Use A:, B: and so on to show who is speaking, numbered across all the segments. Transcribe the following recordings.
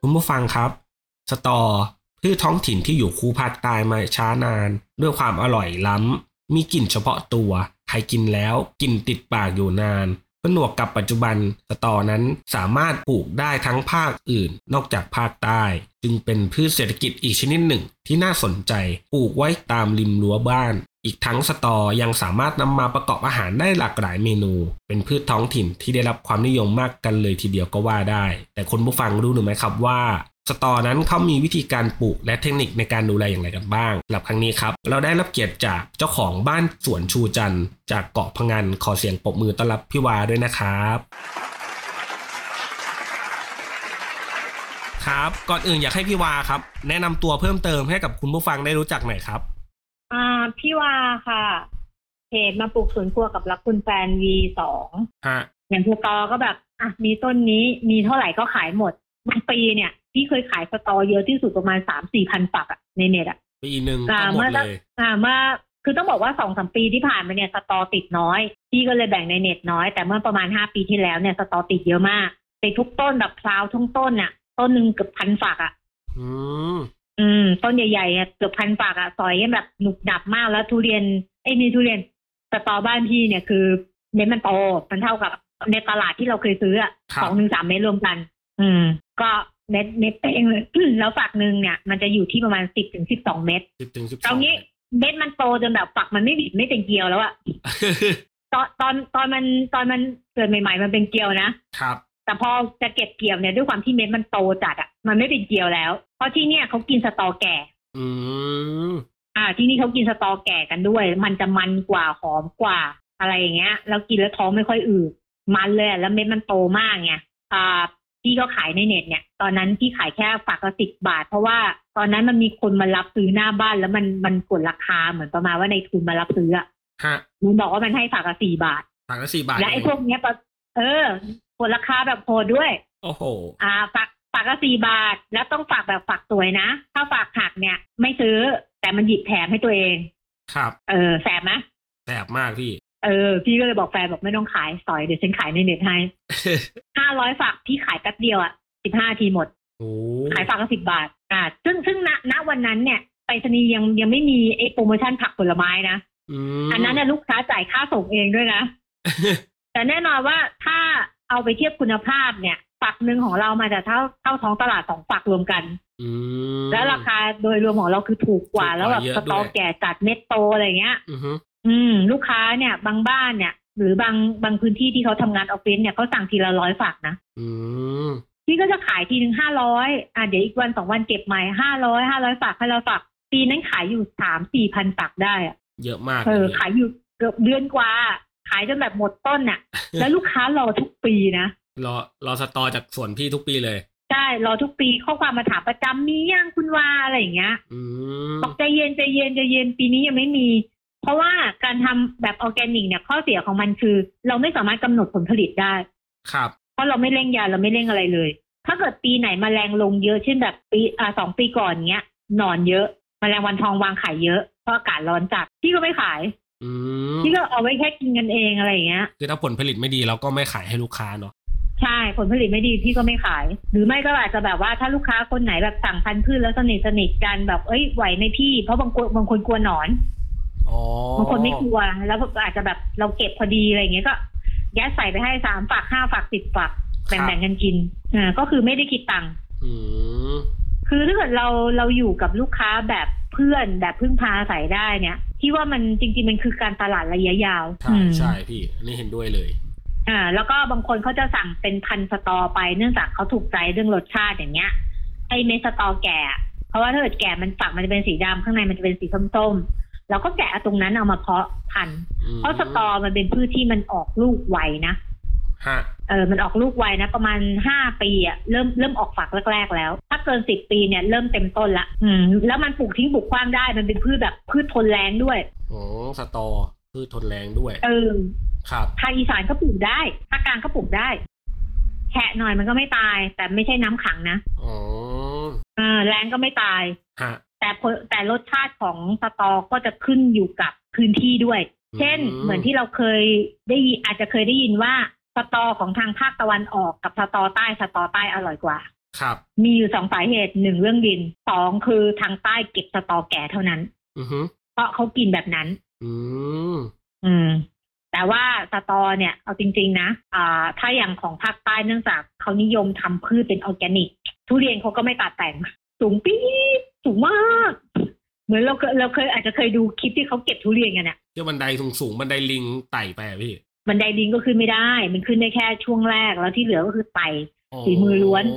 A: คุณผู้ฟังครับ สตอพืชท้องถิ่นที่อยู่คู่ภาคใต้มาช้านาน ด้วยความอร่อยล้ำ มีกลิ่นเฉพาะตัว ใครกินแล้วกลิ่นติดปากอยู่นานผนวกกับปัจจุบันสตอนั้นสามารถปลูกได้ทั้งภาคอื่น นอกจากภาคใต้ จึงเป็นพืชเศรษฐกิจอีกชนิดหนึ่งที่น่าสนใจปลูกไว้ตามริมรั้วบ้าน อีกทั้งสตอยังสามารถนำมาประกอบอาหารได้หลากหลายเมนู เป็นพืชท้องถิ่นที่ได้รับความนิยมมากกันเลยทีเดียวก็ว่าได้ แต่คุณผู้ฟังรู้หรือไหมครับว่า สตอนั้นเขามีวิธีการปลูกและเทคนิคในการดูแลอย่างไรกันบ้างสำหรับครั้งนี้ครับ เราได้รับเกียรติจากเจ้าของบ้านสวนชูจันทร์จากเกาะพะงันขอเสียงปรบมือต้อนรับพี่วาด้วยนะครับ ครับก่อนอื่นอยากให้พี่วาครับ แนะนำตัวเพิ่มเติมให้กับคุณผู้ฟังได้รู้จักหน่อยครับ
B: อ่าพี่วาค่ะเพจมาปลูกสวนครัวกับรักคุณแฟน V2
A: ฮะ
B: อย่างเธอตอก็แบบอ่ะมีต้นนี้มีเท่าไหร่ก็ขายหมดบางปีเนี่ย พี่เคยขายสตอเยอะที่สุดประมาณสามสี่พันฝักอะในเน็ตอะ
A: ปีหนึ่ง
B: อ่า
A: ก็หมด
B: เมื่อสั
A: เล
B: ก
A: ย
B: อ่าเมื่อคือต้องบอกว่าสองสามปีที่ผ่านมาเนี่ยสตอติดน้อย พี่ก็เลยแบ่งในเน็ตน้อย แต่เมื่อประมาณห้าปีที่แล้วเนี่ยสตอติดเยอะมากติดทุกต้นแบบพลาวทุกต้นน่ะ ต้นหนึ่งเกือบพันฝักอะ
A: อืม
B: อืมต้นใหญ่ๆเนี่ยเกือบพันฝากอะซอยกันแบบหนุบหนับมากแล้วทุเรียนไอ้ยนี่ทุเรียนสตอบ้านพี่เนี่ยคือเม็ดมันโตมันเท่ากับในตลาดที่เราเคยซื้ออะ
A: ครับ
B: สองถึงสามเม็ดรวมกัน อืม ก็เม็ดเม็ดเองเลย แล้วฝักหนึ่งเนี่ย มันจะอยู่ที่ประมาณสิบถึงสิบสองเม็ด
A: สิบถึงสิบส
B: ต
A: อ
B: รง งนี้ เม็ดมันโตจนแบบฝักมันไม่บิดไม่เป็นเกลียวแล้วอะตอนตอนตอนมันตอนมันเกิดใหม่ ๆ มันเป็นเกลียวนะ
A: ครับ
B: แต่พอจะเก็บเกี่ยวเนี่ยด้วยความที่เม็ดมันโตจัดอะมันไม่เป็นเกลียวแล้ว เพราะที่เนี่ยเขากินสตอแก่
A: อืม
B: อ่าที่นี่เขากินสตอแก่กันด้วย มันจะมันกว่าหอมกว่าอะไรอย่างเงี้ยแล้วกินแล้วท้องไม่ค่อยอืดมันเลยอะแล้วเม็ดมันโตมากไงอ่าพี่ก็ขายในเน็ตเนี่ย ตอนนั้นพี่ขายแค่ฝากละสิบบาท เพราะว่าตอนนั้นมันมีคนมารับซื้อหน้าบ้าน แล้วมันมันกดราคาเหมือนประมาณว่าในทุนมารับซื้ออะ
A: ฮะ
B: มันบอกว่ามันให้ฝากละสี่บาท
A: ถังละสี่บาท
B: และไอ้
A: เง
B: พวกเนี้ยปะเออกดราคาแบบโหดด้วย
A: โอ้โห
B: อ่าฝากฝากละสี่บาท แล้วต้องฝากแบบฝากสวยนะ ถ้าฝากหักเนี่ย ไม่ซื้อแต่มันหยิบแถมให้ตัวเอง
A: ครับ
B: เออแสบไหม
A: แสบมากพี่
B: เออ พี่ก็เลยบอกแฟนบอกไม่ต้องขายสอยเดี๋ยวฉันขายในเน็ตให้ห้าร้อยฝากพี่ขายแป๊บเดียวอ่ะสิบห้าทีหมด
A: โอ้
B: ขายฝากละสิบบาท อ่า ซึ่งซึ่งณณวันนั้นเนี่ยไปรษณีย์ยังยังไม่มีไอ้โปรโมชั่นผักผลไม้นะ
A: อืม
B: อันนั้นเนี่ยลูกค้าจ่ายค่าส่งเองด้วยนะ แต่แน่นอนว่าถ้าเอาไปเทียบคุณภาพเนี่ยฝักหนึ่งของเรามาจะเท่าเท่าท้องตลาดสองฝักรวมกัน
A: อืม
B: แล้วราคาโดยรวมของเราคือถูกกว่า
A: ถูกกว่า
B: แล้วแบบ
A: เยอะ
B: สตอ
A: ด้วย
B: แก่จัดเม็ดโตอะไรอย่างเงี้ย
A: อือฮึ
B: อืมลูกค้าเนี่ย บางบ้านเนี่ย หรือบางบางพื้นที่ที่เขาทำงานออฟฟิศเนี่ยเขาสั่งทีละร้อยฝากนะ
A: อืม
B: พี่ก็จะขายทีหนึ่งห้าร้อยอ่ะเดี๋ยวอีกวันสองวันเก็บใหม่ห้าร้อยห้าร้อยฝากห้าร้อยฝากปีนั้นขายอยู่สามสี่พันฝากได้อะ
A: เยอะมาก
B: เออ
A: ลย
B: ขายอยู่เกือบเดือนกว่า ขายจนแบบหมดต้น น่ะ แล้วลูกค้ารอทุกปีนะ
A: รอรอสตอจากสวนพี่ทุกปีเลย
B: ใช่รอทุกปีข้อความมาถามประจำมีย่างคุณวาอะไรอย่างเงี้ย
A: อืม
B: บอกใจเย็นใจเย็นใจเย็นปีนี้ยังไม่มี เพราะว่าการทำแบบออร์แกนิกเนี่ยข้อเสียของมันคือ เราไม่สามารถกำหนดผลผลิตได้
A: ครับ
B: เพราะเราไม่เร่งยาเราไม่เร่งอะไรเลย ถ้าเกิดปีไหนมแมลงลงเยอะเช่นแบบปีอ่าสองปีก่อนเงี้ยหนอนเยอะมแมลงวันทองวางไข่เยอะเพราะอากาศร้อนจัดพี่ก็ไม่ขาย
A: อืม
B: พี่ก็เอาไว้แค่กินกันเองอะไรอย่างเงี้ย
A: คือถ้าผลผลิตไม่ดีเราก็ไม่ขายให้ลูกค้าเนาะ
B: ใช่ผลผลิตไม่ดีพี่ก็ไม่ขาย หรือไม่ก็อาจจะแบบว่าถ้าลูกค้าคนไหนแบบสั่งพันธุ์พืชแล้วสนิทสนิทกันแบบเอ้ยไหวไหมพี่เพราะบางคนบางคนกลัวหนอน
A: อ๋อบ
B: างคนไม่กลัวแล้วก็อาจจะแบบเราเก็บพอดีอะไรอย่างเงี้ยก็ยัดใส่ไปให้สามฝักห้าฝักสิบฝักแบ่งๆกันกินอ่าก็คือไม่ได้คิดตังค์
A: อืม
B: คือถ้าเกิดเราเราอยู่กับลูกค้าแบบเพื่อนแบบพึ่งพาอาศัยได้เนี่ยที่ว่ามันจริง ๆ มันคือการตลาดระยะยาว
A: ใช่
B: อืม
A: ใช่พี่อันนี่เห็นด้วยเลย
B: อ่าแล้วก็บางคนเขาจะสั่งเป็นพันสตอไปเนื่องจากเขาถูกใจเรื่องรสชาติอย่างเงี้ย ไอเมดสตอแก่อะเพราะว่าถ้าเกิดแก่มันฝักมันจะเป็นสีดำข้างในมันจะเป็นสีส้มๆเราก็แกะเอาตรงนั้นเอามาเพาะพันธุ์เพราะสตอมันเป็นพืชที่มันออกลูกไวนะ
A: ฮะ
B: เออ มันออกลูกไวนะ ประมาณห้าปีอะเริ่มเริ่มออกฝักแรก ๆ แล้ว ถ้าเกินสิบปีเนี่ยเริ่มเต็มต้นละอืม แล้วมันปลูกทิ้งปลูกกว้างได้ มันเป็นพืชแบบพืชทนแรงด้วย
A: อ๋อสตอพืชทนแรงด้วย
B: เออ
A: ครับ
B: ทางอีสานก็ปลูกได้ภาคกลางก็ปลูกได้ แฉะหน่อยมันก็ไม่ตาย แต่ไม่ใช่น้ำขังนะ
A: อ๋อ
B: เออ แรงก็ไม่ตาย
A: ฮะ
B: แต่ผลแต่รสชาติของสตอก็จะขึ้นอยู่กับพื้นที่ด้วย เช่น
A: อืม
B: เหมือนที่เราเคยได้ยินอาจจะเคยได้ยินว่าสตอของทางภาคตะวันออกกับสตอใต้สตอใต้อร่อยกว่า
A: ครับ
B: มีอยู่สองสาเหตุหนึ่งเรื่องดินสองคือทางใต้เก็บสตอแก่เท่านั้น
A: อือฮึ
B: เพราะเขากินแบบนั้น
A: อืม
B: อืม แต่ว่าสตอเนี่ยเอาจริง ๆ นะอ่าถ้าอย่างของภาคใต้เนื่องจากเขานิยมทำพืชเป็นออร์แกนิก ทุเรียนเขาก็ไม่ตัดแต่ง สูงปี๊ดสูงมาก เหมือนเราเคยเราเคยอาจจะเคยดูคลิปที่เขาเก็บทุเรียนกันอะ
A: เที่ยวบันไดสูงสูงๆบันไดลิงไต่ไปอะพี่
B: บันไดดินก็ขึ้นไม่ได้ มันขึ้นได้แค่ช่วงแรกแล้วที่เหลือก็คือไต่ ฝีมือล้วน
A: โ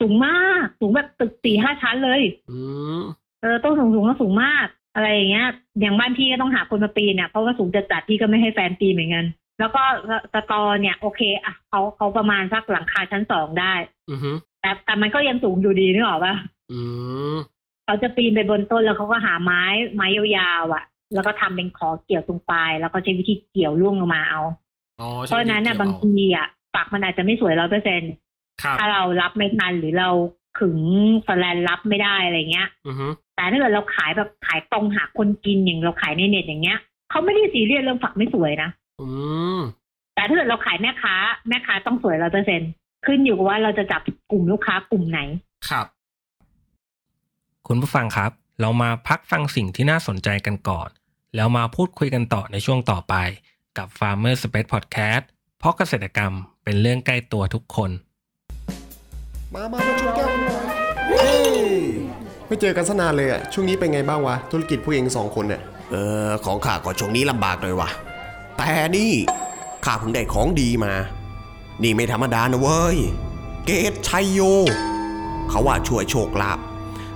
B: สูงมากสูงแบบตึกสี่ห้าชั้นเลย
A: อืม
B: เออต้นสูงสูงก็สูงมาก อะไรอย่างเงี้ย อย่างบ้านพี่ก็ต้องหาคนมาปีนอ่ะเพราะว่าสูงจัดจัดๆพี่ก็ไม่ให้แฟนปีนเหมือนกัน แล้วก็สสตอเนี่ย โอเคอ่ะเขาเขาประมาณสักหลังคาชั้นสองได้
A: อือฮึ
B: แต่แต่มันก็ยังสูงอยู่ดีนึกออกปะ
A: อืม
B: เขาจะปีนไปบนต้นแล้วเขาก็หาไม้ไม้ยาวๆอ่ะ แล้วก็ทำเป็นขอเกี่ยวตรงปลายแล้วก็ใช้วิธีเกี่ยวล่วงลงมาเอา
A: อ๋อ
B: เพราะฉะนั้นเนี่ย
A: ใช่
B: บางทีอ่ะฝักมันอาจจะไม่สวยร้อยเปอร์เซ็น
A: ครับ
B: ถ้าเรารับไม่ทันหรือเราขึงแสแลนรับไม่ได้อะไรเงี้ย
A: อือฮึ
B: แต่ถ้าเกิดเราขายแบบขายตรงหาคนกินอย่างเราขายในเน็ตอย่างเงี้ยเขาไม่ได้ซีเรียสเรื่องฝักไม่สวยนะ
A: อืม
B: แต่ถ้าเกิดเราขายแม่ค้า แม่ค้าต้องสวยร้อยเปอร์เซ็นขึ้นอยู่กับว่าเราจะจับกลุ่มลูกค้ากลุ่มไหน
A: ครับ
C: คุณผู้ฟังครับ เรามาพักฟังสิ่งที่น่าสนใจกันก่อน แล้วมาพูดคุยกันต่อในช่วงต่อไป กับ Farmer Space Podcast เพราะเกษตรกรรมเป็นเรื่องใกล้ตัวทุกคน
D: มามามาชนแก้วกันหน่อยเฮ้ยไม่เจอกันสนานเลยอะช่วงนี้เป็นไงบ้างวะ ธุรกิจผู้เองสองคนเนี่ย
E: เออของข้าก็ช่วงนี้ลำบากเลยว่ะ แต่นี่ข้าเพิ่งได้ของดีมา นี่ไม่ธรรมดานะเว้ย เกตชัยโย เขาว่าช่วยโชคลาภ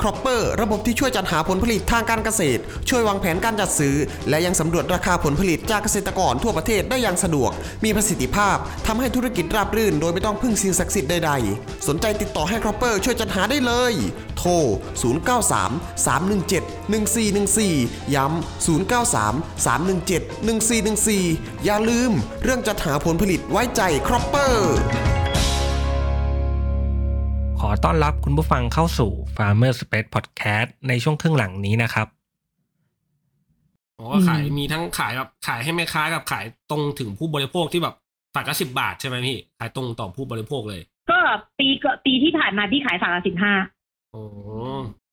E: ครอปเปอร์ระบบที่ช่วยจัดหาผลผลิตทางการเกษตร ช่วยวางแผนการจัดซื้อ และยังสำรวจราคาผลผลิตจากเกษตรกรทั่วประเทศได้อย่างสะดวก มีประสิทธิภาพทำให้ธุรกิจราบรื่น โดยไม่ต้องพึ่งสิ่งศักดิ์สิทธิ์ใดๆ สนใจติดต่อให้ครอปเปอร์ช่วยจัดหาได้เลย โทร 093 317 1414 ย้ำ 093 317 1414 อย่าลืม เรื่องจัดหาผลผลิตไว้ใจครอปเปอร์
C: ขอต้อนรับคุณผู้ฟังเข้าสู่ Farmer Space Podcast ในช่วงครึ่งหลังนี้นะครับ
A: อ๋อก็ขายมีทั้งขายแบบขายให้แม่ค้ากับขายตรงถึงผู้บริโภคที่แบบฝากละสิบบาทใช่ไหมพี่ ขายตรงต่อผู้บริโภคเลย
B: ก็ปีก็ปีที่ผ่านมาที่ขายฝากละสิบห้า
A: อ๋อ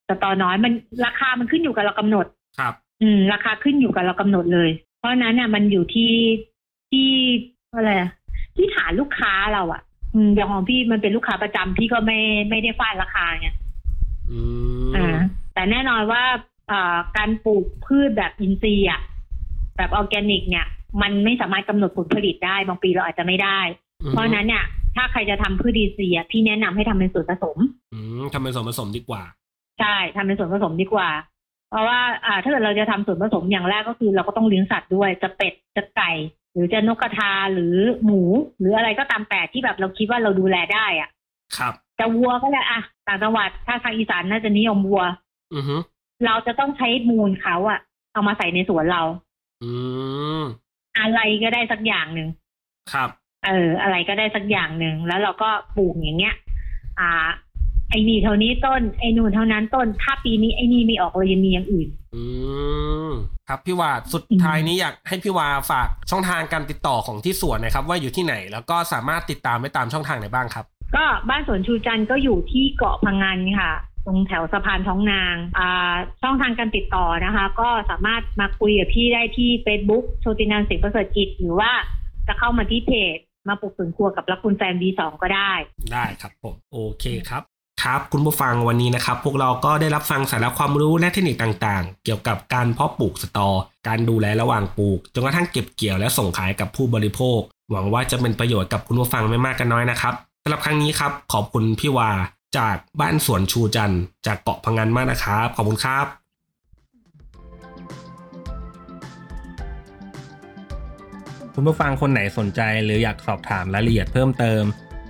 B: แต่ตอนน้อยมันราคามันขึ้นอยู่กับเรากำหนด
A: ครับ
B: อืม ราคาขึ้นอยู่กับเรากำหนดเลย เพราะฉะนั้นเนี่ยมันอยู่ที่ที่อะไรอะที่ฐานลูกค้าเราอะอืมอย่างของพี่มันเป็นลูกค้าประจำพี่ก็ไม่ไม่ได้ฟาดราคาไง
A: อื
B: อ่าม แต่แน่นอนว่าอ่าการปลูกพืชแบบอินทรีย์อะแบบออร์แกนิก เนี่ย มันไม่สามารถกำหนดผลผลิตได้บางปีเราอาจจะไม่ได้
A: อืม
B: เพราะฉะนั้นเนี่ย ถ้าใครจะทำพืชอินทรีย์อะพี่แนะนำให้ทำเป็นส่วนผสม
A: อืมทำเป็นส่วนผสมดีกว่า
B: ใช่ทำเป็นส่วนผสมดีกว่า เพราะว่าอ่าถ้าเกิดเราจะทำส่วนผสมอย่างแรกก็คือ เราก็ต้องเลี้ยงสัตว์ด้วยจะเป็ดจะไก่ หรือจะนกกระทาหรือหมู หรืออะไรก็ตามแต่ที่แบบเราคิดว่าเราดูแลได้อะ
A: ครับ
B: จะวัวก็ได้อะต่างจังหวัดถ้าทางอีสานน่าจะนิยมวัว
A: อือฮึ
B: เราจะต้องใช้มูลเขาอะเอามาใส่ในสวนเรา
A: อืม
B: อะไรก็ได้สักอย่างหนึ่ง
A: ครับ
B: เออ อะไรก็ได้สักอย่างหนึ่งแล้วเราก็ปลูกอย่างเงี้ย อ่า ไอ้นี่เท่านี้ต้นไอ้นู่นเท่านั้นต้น ถ้าปีนี้ไอ้นี่ไม่ออกเรายังมีอย่างอื่น
A: อืม ครับพี่วาสุดท้ายนี้อยากให้พี่วาฝากช่องทางการติดต่อของที่สวนหนะครับ ว่าอยู่ที่ไหนแล้วก็สามารถติดตามได้ตามช่องทางไหนบ้างครับ
B: ก็บ้านสวนชูจันทร์ก็อยู่ที่เกาะพังงานค่ะ ตรงแถวสะพานท้องนางอ่าช่องทางการติดต่อนะคะ ก็สามารถมาคุยกับพี่ได้ที่ Facebook โชตินันสิงห์ประเสริฐกิจ หรือว่าจะเข้ามาที่เพจ มาปลูกฝืนครัวกับรักคุณแฟน B2 ก็ได้
A: ได้ครับผมโอเคครับ ครับคุณผู้ฟังวันนี้นะครับ พวกเราก็ได้รับฟังสาระความรู้และเทคนิคต่างๆ เกี่ยวกับการเพาะปลูกสตอ การดูแลระหว่างปลูกจนกระทั่งเก็บเกี่ยวและส่งขายกับผู้บริโภค หวังว่าจะเป็นประโยชน์กับคุณผู้ฟังไม่มากก็น้อยนะครับสำหรับครั้งนี้ครับ ขอบคุณพี่วาจากบ้านสวนชูจันทร์จากเกาะพังงานมากนะครับ ขอบคุณครับ
C: คุณผู้ฟังคนไหนสนใจหรืออยากสอบถามรายละเอียดเพิ่มเติม